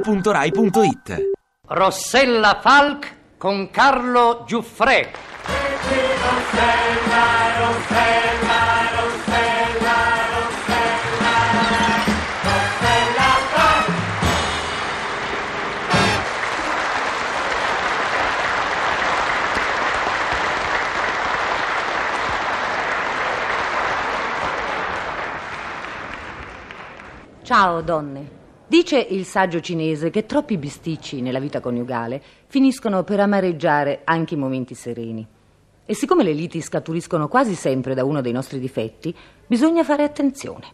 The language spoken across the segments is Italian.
radio2pod.rai.it Rossella Falk con Carlo Giuffre. Ciao donne. Dice il saggio cinese che troppi bisticci nella vita coniugale finiscono per amareggiare anche i momenti sereni. E siccome le liti scaturiscono quasi sempre da uno dei nostri difetti, bisogna fare attenzione.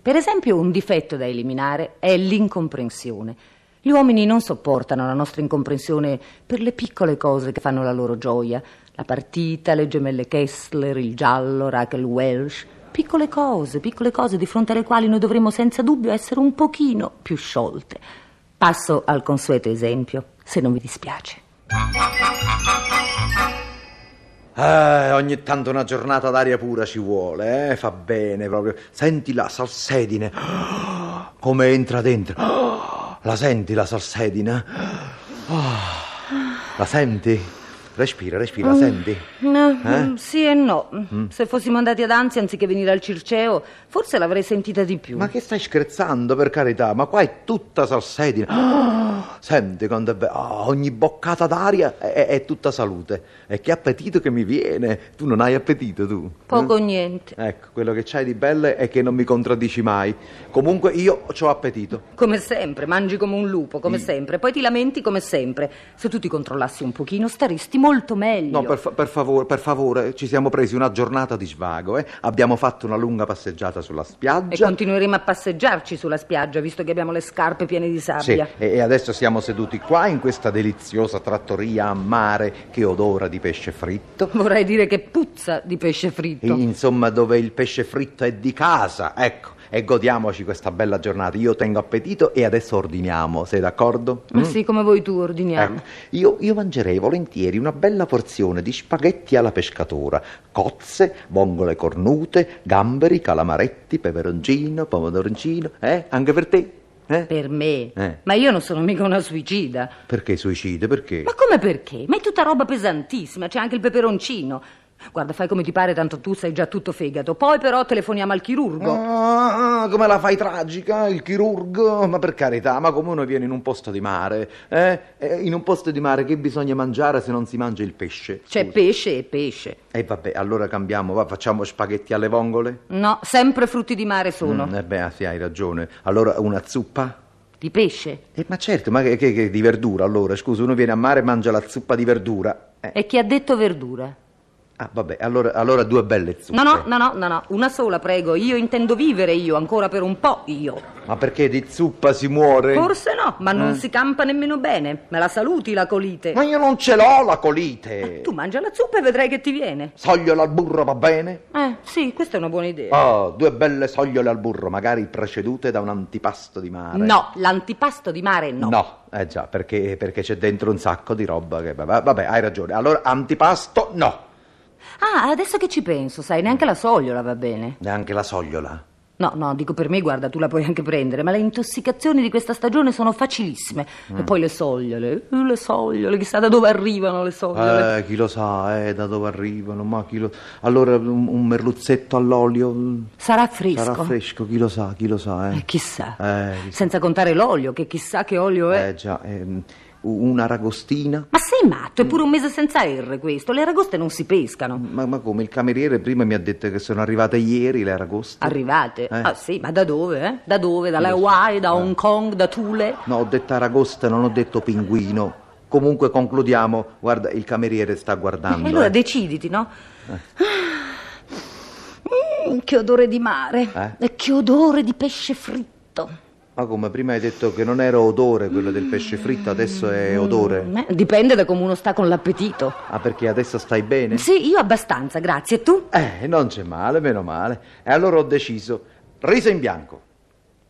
Per esempio, un difetto da eliminare è l'incomprensione. Gli uomini non sopportano la nostra incomprensione per le piccole cose che fanno la loro gioia. La partita, le gemelle Kessler, il giallo, Rachel Welsh. Piccole cose, piccole cose di fronte alle quali noi dovremmo senza dubbio essere un pochino più sciolte. Passo al consueto esempio, se non vi dispiace. Eh, ogni tanto una giornata d'aria pura ci vuole, eh? fa bene proprio. Senti la salsedine, come entra dentro. La senti la salsedine? La senti? Respira, respira, la senti? Mm. Eh? No, mm, Sì e no. Mm. Se fossimo andati ad Anzi anziché venire al Circeo, forse l'avrei sentita di più. Ma che stai scherzando, per carità? Ma qua è tutta salsedine. Senti quando è be- ah, ogni boccata d'aria è, è tutta salute. E che appetito che mi viene. Tu non hai appetito, tu? Mm? Poco o niente. Ecco, quello che c'hai di bello è che non mi contraddici mai. Comunque io ho appetito. Come sempre, mangi come un lupo, come Mm. sempre, poi ti lamenti come sempre. Se tu ti controllassi un pochino, staresti molto meglio. No, per, fa- per favore, per favore, ci siamo presi una giornata di svago, eh? Abbiamo fatto una lunga passeggiata sulla E spiaggia. continueremo a passeggiarci sulla spiaggia, visto che abbiamo le scarpe piene di Sì, sabbia. e e adesso siamo seduti qua in questa deliziosa trattoria a mare che odora di pesce fritto. Vorrei dire che puzza di pesce I- fritto. Insomma, dove il pesce fritto è di casa, ecco. E godiamoci questa bella giornata. Io tengo appetito e adesso ordiniamo, sei d'accordo? Ma sì, come voi tu ordiniamo. Ecco, io, io mangerei volentieri una bella porzione di spaghetti alla pescatora, cozze, vongole cornute, gamberi, calamaretti, peperoncino, pomodoroncino, eh? Anche per te? Eh? Per me. Eh. Ma io non sono mica una suicida. Perché suicide? Perché? Ma come perché? Ma è tutta roba pesantissima, c'è anche il peperoncino. Guarda, fai come ti pare, tanto tu sei già tutto fegato. Poi però telefoniamo al chirurgo. Ah, come la fai tragica, il chirurgo? Ma per carità, ma come uno viene in un posto di mare? Eh? Eh, In un posto di mare che bisogna mangiare se non si mangia il pesce? C'è Scusa. pesce e pesce. E vabbè, allora cambiamo, va, facciamo spaghetti alle vongole? No, sempre frutti di mare sono. Mm, eh beh, sì, hai ragione. Allora una zuppa? Di pesce. Eh, ma certo, ma che, che- che- di verdura allora? Scusa, uno viene a mare e mangia la zuppa di verdura. Eh, E chi ha detto verdura? Ah, vabbè, allora, allora due belle zuppe. No, no, no, no, no, no, una sola, prego. Io intendo vivere io, ancora per un po' io. Ma perché di zuppa si muore? Forse no, ma non si campa nemmeno bene. Me la saluti la colite. Eh. Ah, Ma io non ce l'ho la colite. Tu mangia la zuppa e vedrai che ti viene. Sogliola al burro va bene? Eh, sì, questa è una buona idea. Oh, due belle sogliole al burro, magari precedute da un antipasto di Ah, mare. No, l'antipasto di mare no. No, eh già, perché, perché c'è dentro un sacco di roba che... va- Vabbè, hai ragione. Allora, antipasto, no. Ah, adesso che ci penso, sai, neanche la sogliola va bene. Neanche la sogliola. No, no, dico per me, guarda, tu la puoi anche prendere, ma le intossicazioni di questa stagione sono facilissime. Mm. E poi le sogliole, eh, le sogliole, chissà da dove arrivano le sogliole. Eh, chi lo sa, eh, da dove arrivano, ma chi lo... Allora, un, un merluzzetto all'olio mm, Sarà fresco. sarà fresco, chi lo sa, chi lo sa, Eh, eh. chissà. Eh, chissà. Senza contare l'olio, che chissà che olio è. Eh, già, ehm, u- una ragostina. Ma sei matto, è pure Mm. un mese senza R questo. Le aragoste non si pescano. Ma, ma come, il cameriere prima mi ha detto che sono arrivate ieri le aragoste? Arrivate? Eh. Ah sì, ma da dove? Eh? Da dove? Dalle Hawaii, da Hong Kong, da Thule? No, ho detto aragosta, non ho detto pinguino. Comunque concludiamo. Guarda, il cameriere sta guardando. E allora eh. deciditi, no? Mm, che odore di Eh? mare. E che odore di pesce fritto. Ma come prima hai detto che non era odore quello del pesce fritto, adesso è odore. Eh, Dipende da come uno sta con l'appetito. Ah, perché adesso stai bene? Sì, io abbastanza, grazie. E tu? Eh, non c'è male, meno male. E allora ho deciso: riso in bianco,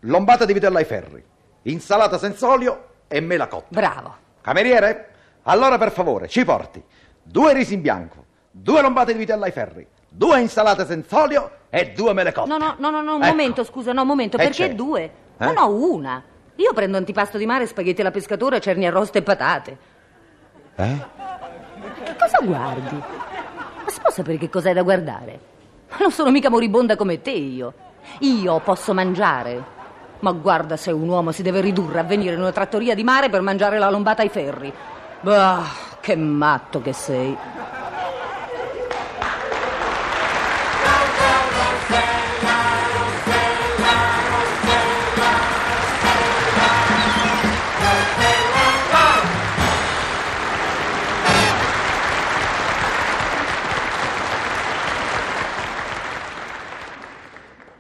lombata di vitella ai ferri, insalata senza olio e mela cotta. Bravo. Cameriere, allora per favore ci porti due risi in bianco, due lombate di vitella ai ferri, due insalate senza olio e due mele cotte. No, no, no, no, no, un Oh. Ecco. momento, scusa, no, un momento, Eh, perché c'è. due? Eh? No, no, una. Io prendo antipasto di mare, spaghetti alla pescatura, cerni arrosto e patate. Eh? Che cosa guardi? Ma si può sapere che cos'è da guardare? Ma non sono mica moribonda come te io. Io posso mangiare. Ma guarda se un uomo si deve ridurre a venire in una trattoria di mare per mangiare la lombata ai ferri. Bah, che matto che sei.